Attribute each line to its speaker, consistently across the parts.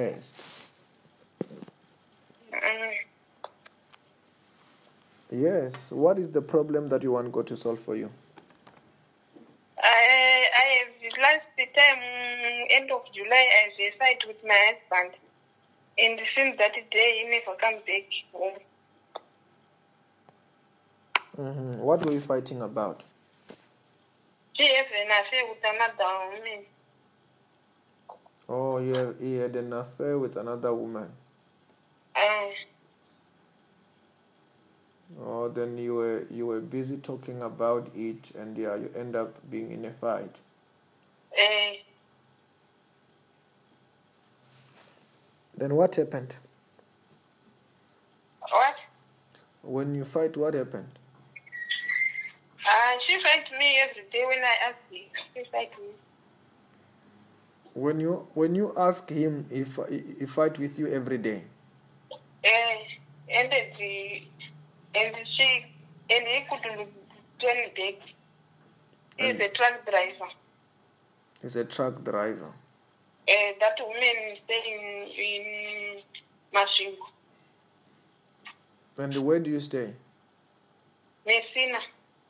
Speaker 1: highest? Yes. What is the problem that you want God to solve for you?
Speaker 2: I, I have last time, end of July, I had a fight with my husband. And since that day, he never comes back home.
Speaker 1: hmm What were you fighting about?
Speaker 2: She has an affair with another woman.
Speaker 1: Oh, you have, he had an affair with another woman.
Speaker 2: Uh,
Speaker 1: Oh, then you were you were busy talking about it, and yeah, you end up being in a fight.
Speaker 2: uh,
Speaker 1: Then what happened?
Speaker 2: what?
Speaker 1: When you fight, what happened?
Speaker 2: Uh, she fights me every day when I ask her. She fights me.
Speaker 1: When you when you ask him if he fight with you every day.
Speaker 2: Uh, and the, and she and he couldn't turn back. He's a truck driver.
Speaker 1: He's a truck driver.
Speaker 2: Uh, that woman is staying in Mashingo,
Speaker 1: And where do you stay?
Speaker 2: Messina.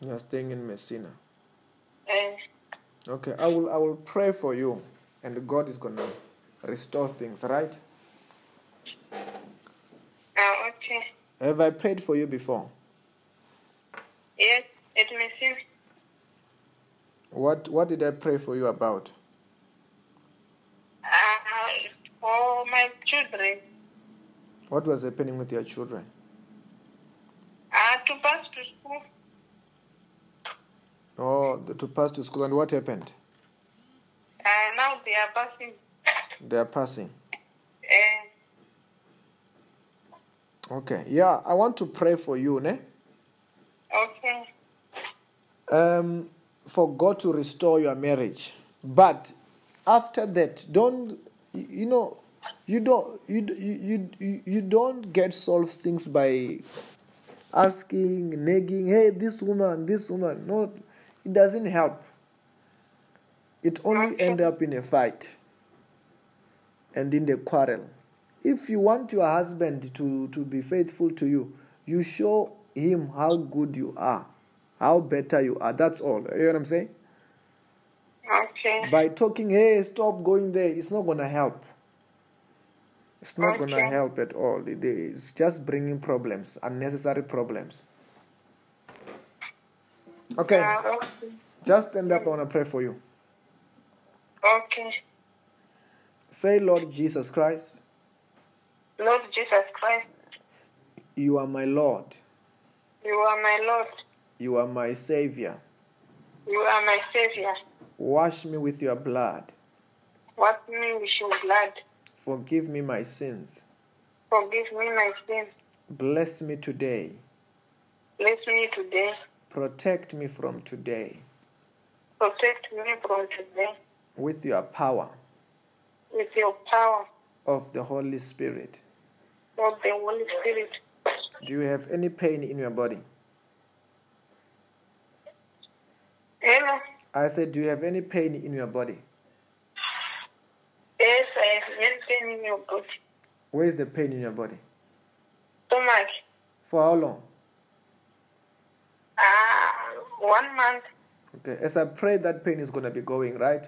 Speaker 1: You are staying in Messina.
Speaker 2: Uh,
Speaker 1: Okay, I will I will pray for you, and God is gonna restore things. Right?
Speaker 2: uh, okay.
Speaker 1: Have I prayed for you before?
Speaker 2: Yes, at Messina.
Speaker 1: What what did I pray for you about?
Speaker 2: Uh, for my children.
Speaker 1: What was happening with your children?
Speaker 2: Uh, to pass to school.
Speaker 1: Oh, the, to pass to school, and what happened?
Speaker 2: Uh, now they are passing.
Speaker 1: They are passing.
Speaker 2: Uh,
Speaker 1: Okay, yeah, I want to pray for you, ne?
Speaker 2: okay.
Speaker 1: Um, for God to restore your marriage. But after that, don't y- you know? You don't you d- you you, you don't get solved things by asking, nagging. Hey, this woman, this woman. No, it doesn't help. It only
Speaker 2: Okay.
Speaker 1: end up in a fight and in the quarrel. If you want your husband to, to be faithful to you, you show him how good you are, how better you are. That's all. You know what I'm saying?
Speaker 2: Okay.
Speaker 1: By talking, hey, stop going there, it's not going to help. It's not going to
Speaker 2: Okay.
Speaker 1: help at all. It- It's just bringing problems, unnecessary problems. Okay,
Speaker 2: Uh, okay.
Speaker 1: just stand up. I want to pray for you.
Speaker 2: Okay.
Speaker 1: Say, Lord Jesus Christ,
Speaker 2: Lord Jesus Christ,
Speaker 1: you are my Lord,
Speaker 2: you are my Lord.
Speaker 1: you are my Savior.
Speaker 2: You are my Savior.
Speaker 1: Wash me with your blood.
Speaker 2: Wash me with your blood.
Speaker 1: Forgive me my sins.
Speaker 2: Forgive me my sins.
Speaker 1: Bless me today.
Speaker 2: Bless me today.
Speaker 1: Protect me from today
Speaker 2: Protect me from today
Speaker 1: with your power
Speaker 2: with your power
Speaker 1: of the Holy Spirit.
Speaker 2: of the Holy Spirit.
Speaker 1: Do you have any pain in your body?
Speaker 2: Hello.
Speaker 1: I said, Do you have any pain in your body?
Speaker 2: Yes, I have maintained in your good
Speaker 1: Where is the pain in your body?
Speaker 2: stomach.
Speaker 1: For how long?
Speaker 2: Ah, one month.
Speaker 1: Okay, as I pray, that pain is going to be going, right?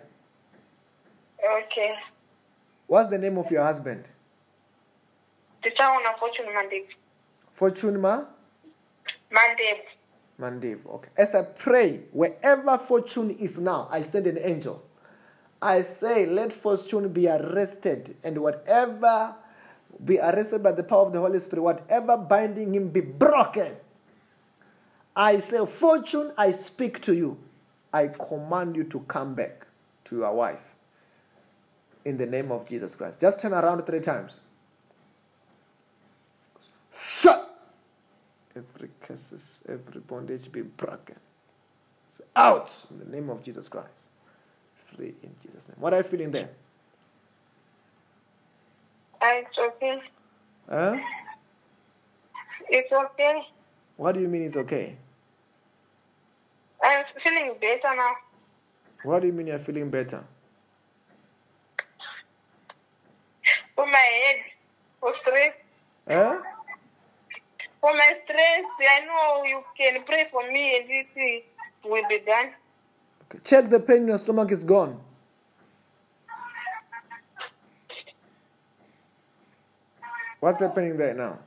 Speaker 2: Okay.
Speaker 1: What's the name of your husband?
Speaker 2: Ticha unafortune Monday.
Speaker 1: Fortune Ma?
Speaker 2: Monday.
Speaker 1: Mandev. Okay. As I pray, wherever fortune is now, I send an angel. I say, let fortune be arrested, and whatever be arrested by the power of the Holy Spirit, whatever binding him be broken. I say, fortune, I speak to you. I command you to come back to your wife in the name of Jesus Christ. Just turn around three times. Shut! every curses, every bondage be broken. It's out in the name of Jesus Christ. Free in Jesus' name. What are you feeling there?
Speaker 2: Ah, it's okay.
Speaker 1: Huh?
Speaker 2: It's okay.
Speaker 1: What do you mean it's okay?
Speaker 2: I'm feeling better now.
Speaker 1: What do you mean you're feeling better?
Speaker 2: for my head, for stress,
Speaker 1: Huh?
Speaker 2: for my stress. I know you can pray for me and this thing will be done.
Speaker 1: Okay. Check the pain in your stomach is gone. What's happening there now?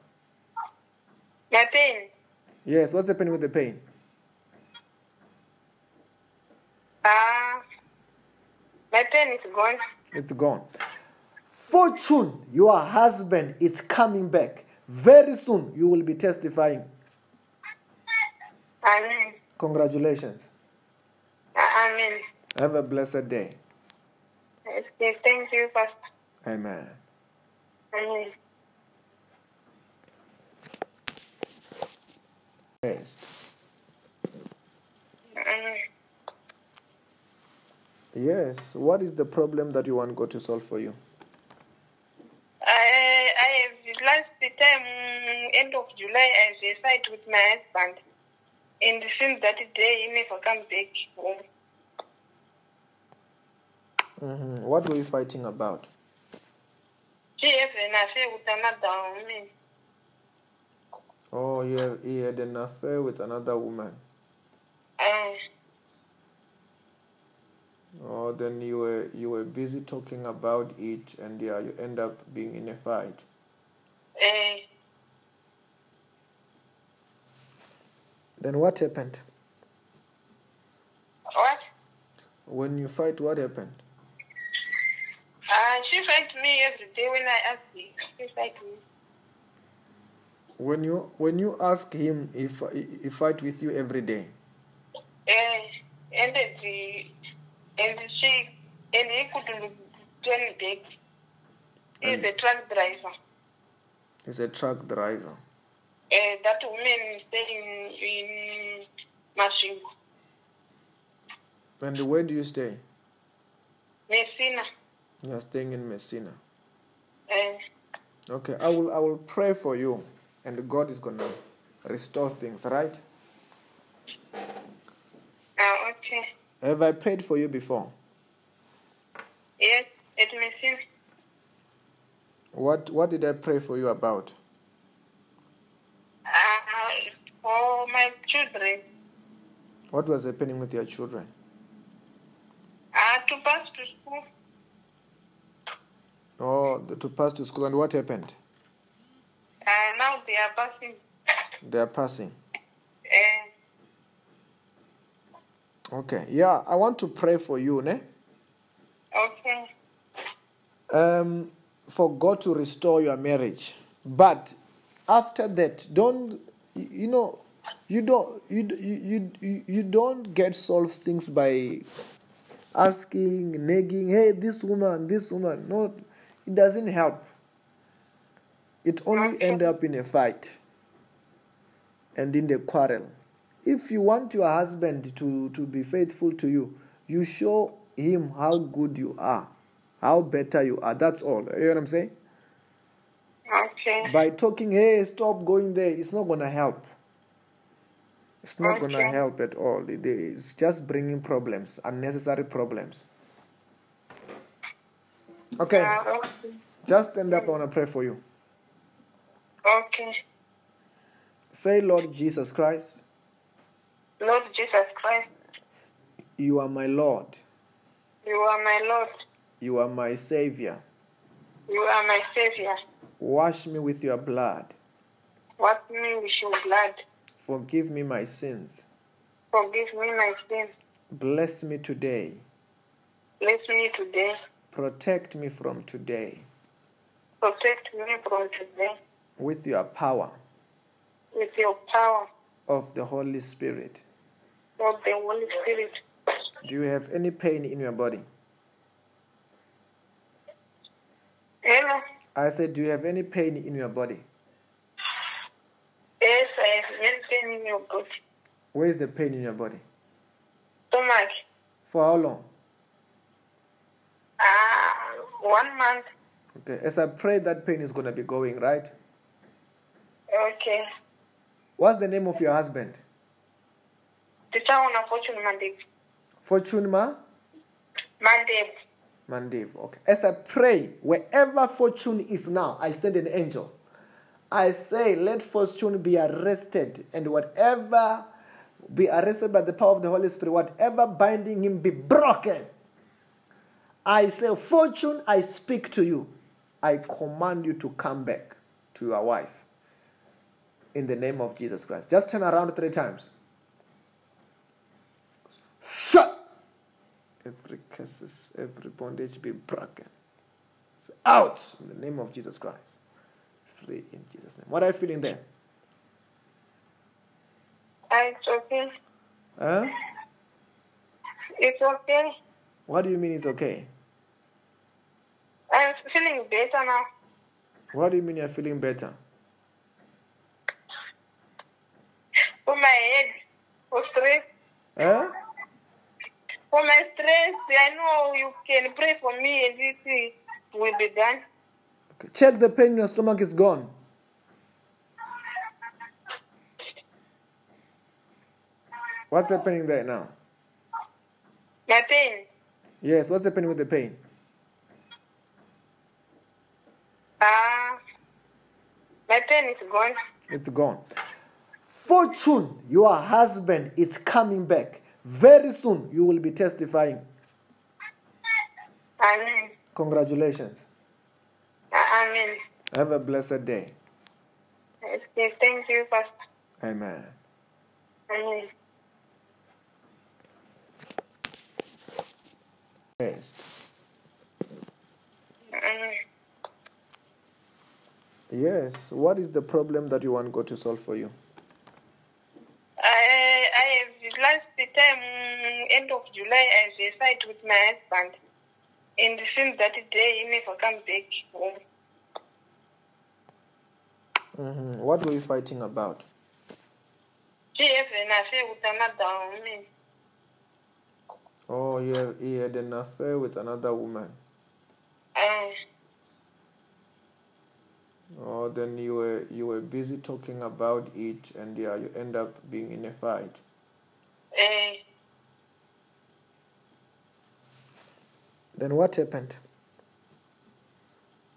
Speaker 2: My pain,
Speaker 1: Yes, what's happening with the pain?
Speaker 2: ah, my pain is gone.
Speaker 1: It's gone. Fortune, your husband is coming back. Very soon you will be testifying.
Speaker 2: Amen.
Speaker 1: Congratulations.
Speaker 2: Amen.
Speaker 1: Have a blessed day.
Speaker 2: Okay, Thank you, Pastor.
Speaker 1: Amen.
Speaker 2: Amen.
Speaker 1: Next.
Speaker 2: Amen.
Speaker 1: Yes. What is the problem that you want God to solve for you?
Speaker 2: I, I have last time, end of July, I had a fight with my husband. And since that day, he never comes back home.
Speaker 1: Mhm. What were you fighting about?
Speaker 2: She has an affair with another woman.
Speaker 1: Oh, you have, he had an affair with another woman.
Speaker 2: Uh,
Speaker 1: Oh, then you were you were busy talking about it, and yeah, you end up being in a fight.
Speaker 2: uh,
Speaker 1: Then what happened?
Speaker 2: what?
Speaker 1: When you fight, what happened?
Speaker 2: Uh, she fights me every day when I ask her. She fights me.
Speaker 1: When you when you ask him if he he fight with you every day.
Speaker 2: Uh, and, the, and she and he couldn't turn back. He's a truck driver.
Speaker 1: He's a truck driver.
Speaker 2: Uh, that woman is staying in Mashingo.
Speaker 1: And where do you stay?
Speaker 2: Messina.
Speaker 1: You're staying in Messina.
Speaker 2: Uh,
Speaker 1: Okay, I will I will pray for you, and God is gonna restore things. Right?
Speaker 2: ah, okay.
Speaker 1: Have I prayed for you before?
Speaker 2: Yes, at Messina.
Speaker 1: What what did I pray for you about?
Speaker 2: Ah, for my children.
Speaker 1: What was happening with your children?
Speaker 2: Ah, to pass to school.
Speaker 1: Oh, the, to pass to school, and what happened?
Speaker 2: Ah, now they are passing.
Speaker 1: They are passing.
Speaker 2: Uh,
Speaker 1: Okay, yeah, I want to pray for you, ne?
Speaker 2: okay.
Speaker 1: Um, for God to restore your marriage. But after that, don't you you know? You don't you d- you you, you don't get solved things by asking, nagging. Hey, this woman, this woman. No, it doesn't help. it only
Speaker 2: Okay.
Speaker 1: end up in a fight and in the quarrel if you want your husband to, to be faithful to you you show him how good you are how better you are that's all you know what i'm saying
Speaker 2: Okay.
Speaker 1: by talking hey stop going there it's not gonna help it's not gonna
Speaker 2: Okay.
Speaker 1: help at all It- it's just bringing problems unnecessary problems okay
Speaker 2: Ah, okay.
Speaker 1: just stand up i want to pray for you
Speaker 2: Okay.
Speaker 1: say lord jesus christ
Speaker 2: Lord Jesus Christ,
Speaker 1: you are my lord
Speaker 2: you are my Lord.
Speaker 1: you are my savior
Speaker 2: You are my Savior.
Speaker 1: Wash me with your blood.
Speaker 2: What me with your blood.
Speaker 1: Forgive me my sins.
Speaker 2: Forgive me my sins.
Speaker 1: Bless me today.
Speaker 2: Bless me today.
Speaker 1: Protect me from today
Speaker 2: Protect me from today
Speaker 1: with your power
Speaker 2: with your power
Speaker 1: of the Holy Spirit.
Speaker 2: of the Holy Spirit.
Speaker 1: Do you have any pain in your body?
Speaker 2: Hello.
Speaker 1: I said, Do you have any pain in your body?
Speaker 2: Yes, I have anything in your body.
Speaker 1: Where is the pain in your body?
Speaker 2: Stomach.
Speaker 1: For how long?
Speaker 2: Ah, one month.
Speaker 1: Okay, as I pray, that pain is going to be going, right?
Speaker 2: Okay.
Speaker 1: What's the name of your husband?
Speaker 2: Tichaona fortune Monday.
Speaker 1: Fortune Ma?
Speaker 2: Monday.
Speaker 1: Mandiv. Okay. As I pray, wherever fortune is now, I send an angel. I say, let fortune be arrested, and whatever be arrested by the power of the Holy Spirit, whatever binding him be broken. I say, fortune, I speak to you. I command you to come back to your wife in the name of Jesus Christ. Just turn around three times. Shut! Every curses, every bondage be broken. It's out in the name of Jesus Christ. Free in Jesus' name. What are you feeling there?
Speaker 2: Uh, It's okay.
Speaker 1: Huh?
Speaker 2: It's okay.
Speaker 1: What do you mean it's okay?
Speaker 2: I'm Ah, feeling better now.
Speaker 1: What do you mean you're feeling better?
Speaker 2: For my head, for stress,
Speaker 1: Huh?
Speaker 2: for my stress, I know you can pray for me and this is- will be done.
Speaker 1: Okay. Check the pain in your stomach is gone. What's happening there now?
Speaker 2: My pain,
Speaker 1: Yes, what's happening with the pain?
Speaker 2: ah, my pain is gone.
Speaker 1: It's gone. Fortune, your husband is coming back. Very soon you will be testifying.
Speaker 2: Amen.
Speaker 1: Congratulations.
Speaker 2: A- Amen.
Speaker 1: Have a blessed day.
Speaker 2: Okay, Thank you, Pastor.
Speaker 1: Amen.
Speaker 2: Amen.
Speaker 1: Next.
Speaker 2: Amen.
Speaker 1: Yes. What is the problem that you want God to solve for you?
Speaker 2: I, I have last time, mm, end of July, I had a fight with my husband. And since that day, he never comes back home.
Speaker 1: hmm What were you fighting about?
Speaker 2: She has an affair with another woman.
Speaker 1: Oh, yeah, he had an affair with another woman.
Speaker 2: Uh,
Speaker 1: Oh, then you were you were busy talking about it, and yeah, you end up being in a fight.
Speaker 2: uh,
Speaker 1: Then what happened?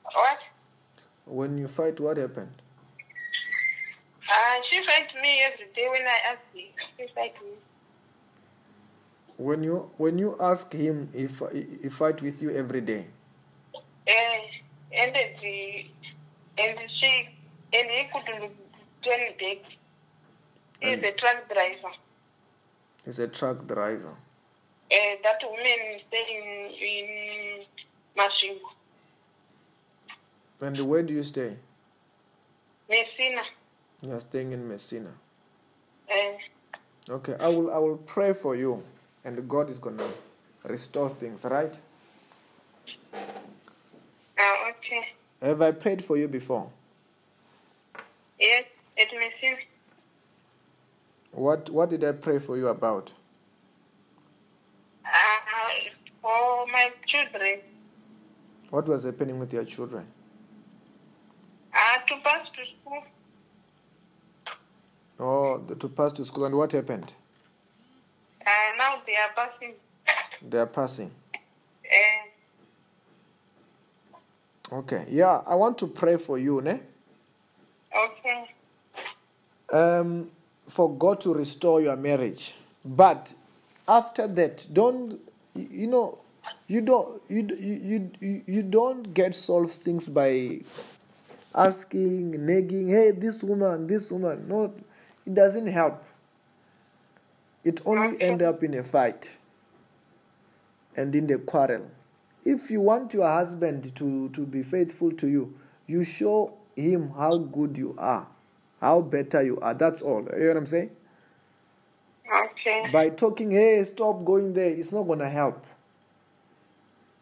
Speaker 2: what?
Speaker 1: When you fight, what happened?
Speaker 2: Uh, she fights me every day when I ask her. She fights me.
Speaker 1: When you when you ask him if he he fight with you every day.
Speaker 2: Uh, and the, and she, and he couldn't turn back. He's a truck driver.
Speaker 1: He's a truck driver.
Speaker 2: Uh, that woman staying in Machine.
Speaker 1: And where do you stay?
Speaker 2: Messina.
Speaker 1: You are staying in Messina.
Speaker 2: Uh,
Speaker 1: Okay, I will I will pray for you, and God is gonna restore things. Right?
Speaker 2: ah, okay.
Speaker 1: Have I prayed for you before?
Speaker 2: Yes, it may seem.
Speaker 1: What what did I pray for you about?
Speaker 2: Uh, for my children,
Speaker 1: What was happening with your children?
Speaker 2: uh, to pass to school,
Speaker 1: Oh, the, to pass to school, and what happened?
Speaker 2: uh, now they are passing.
Speaker 1: They are passing.
Speaker 2: Uh,
Speaker 1: Okay, yeah, I want to pray for you, ne?
Speaker 2: okay,
Speaker 1: Um, for God to restore your marriage. But after that, don't you you know? You don't you d- you you you don't get solved things by asking, nagging. Hey, this woman, this woman. No, it doesn't help. It only
Speaker 2: Okay.
Speaker 1: end up in a fight. and in the quarrel. If you want your husband to, to be faithful to you, you show him how good you are, how better you are. That's all. You know what I'm saying?
Speaker 2: okay,
Speaker 1: By talking, hey, stop going there, it's not going to help.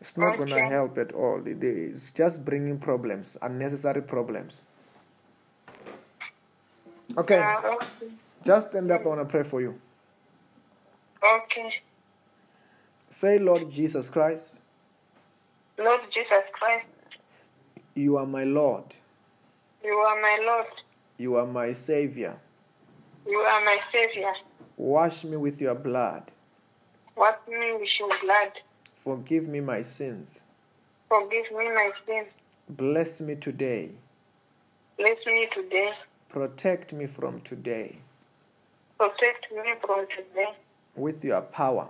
Speaker 1: It's not going to
Speaker 2: Okay.
Speaker 1: help at all. It- It's just bringing problems, unnecessary problems. Okay,
Speaker 2: uh, okay,
Speaker 1: just stand up. I want to pray for you.
Speaker 2: okay.
Speaker 1: Say, Lord Jesus Christ,
Speaker 2: Lord Jesus Christ,
Speaker 1: you are my Lord,
Speaker 2: you are my Lord,
Speaker 1: you are my Savior.
Speaker 2: you are my Savior.
Speaker 1: Wash me with your blood.
Speaker 2: Wash me with your blood,
Speaker 1: Forgive me my sins.
Speaker 2: Forgive me my sins.
Speaker 1: Bless me today.
Speaker 2: Bless me today.
Speaker 1: Protect me from today
Speaker 2: Protect me from today
Speaker 1: with your power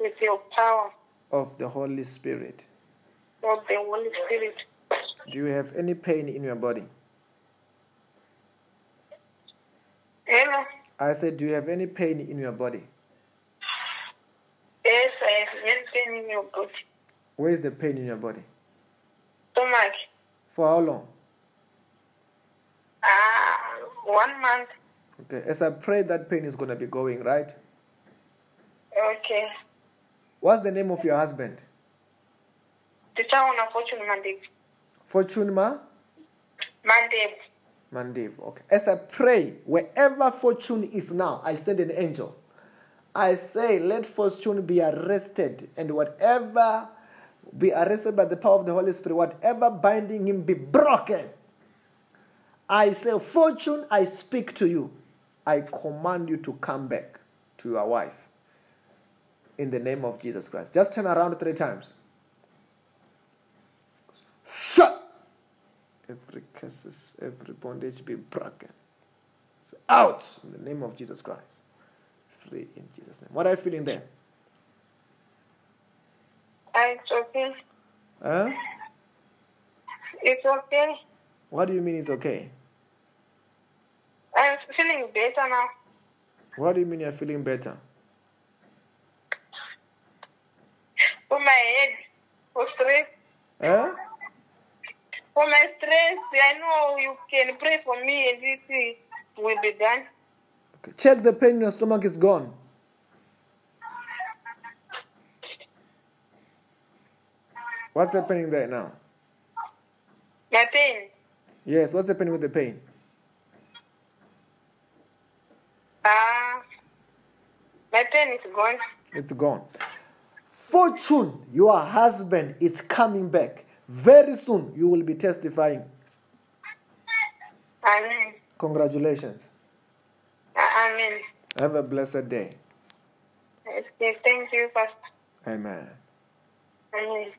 Speaker 2: with your power
Speaker 1: of the Holy Spirit.
Speaker 2: of the Holy Spirit.
Speaker 1: Do you have any pain in your body?
Speaker 2: Hello.
Speaker 1: I said, Do you have any pain in your body?
Speaker 2: Yes, I have anything in your body.
Speaker 1: Where is the pain in your body?
Speaker 2: Stomach.
Speaker 1: For how long?
Speaker 2: Ah, one month.
Speaker 1: Okay, as I pray, that pain is going to be going, right?
Speaker 2: Okay.
Speaker 1: What's the name of your husband?
Speaker 2: Ticha unafortune Mandevu.
Speaker 1: Fortune Ma?
Speaker 2: Mandevu.
Speaker 1: Mandiv. Okay. As I pray, wherever fortune is now, I send an angel. I say, let fortune be arrested, and whatever be arrested by the power of the Holy Spirit, whatever binding him be broken. I say, fortune, I speak to you. I command you to come back to your wife in the name of Jesus Christ. Just turn around three times. Shut! every curses, every bondage be broken. It's out in the name of Jesus Christ. Free in Jesus' name. What are you feeling there?
Speaker 2: Ah, It's okay.
Speaker 1: Huh?
Speaker 2: It's okay.
Speaker 1: What do you mean it's okay?
Speaker 2: I'm Ah, feeling better now.
Speaker 1: What do you mean you're feeling better?
Speaker 2: For my head, for stress,
Speaker 1: Huh?
Speaker 2: for my stress, I know you can pray for me and it will be done.
Speaker 1: Okay. Check the pain in your stomach is gone. What's happening there now?
Speaker 2: My pain.
Speaker 1: Yes, what's happening with the pain?
Speaker 2: Ah, my pain is gone.
Speaker 1: It's gone. Fortune, your husband is coming back. Very soon you will be testifying.
Speaker 2: Amen.
Speaker 1: Congratulations.
Speaker 2: Amen.
Speaker 1: Have a blessed day.
Speaker 2: Okay, Thank you, Pastor.
Speaker 1: Amen.
Speaker 2: Amen.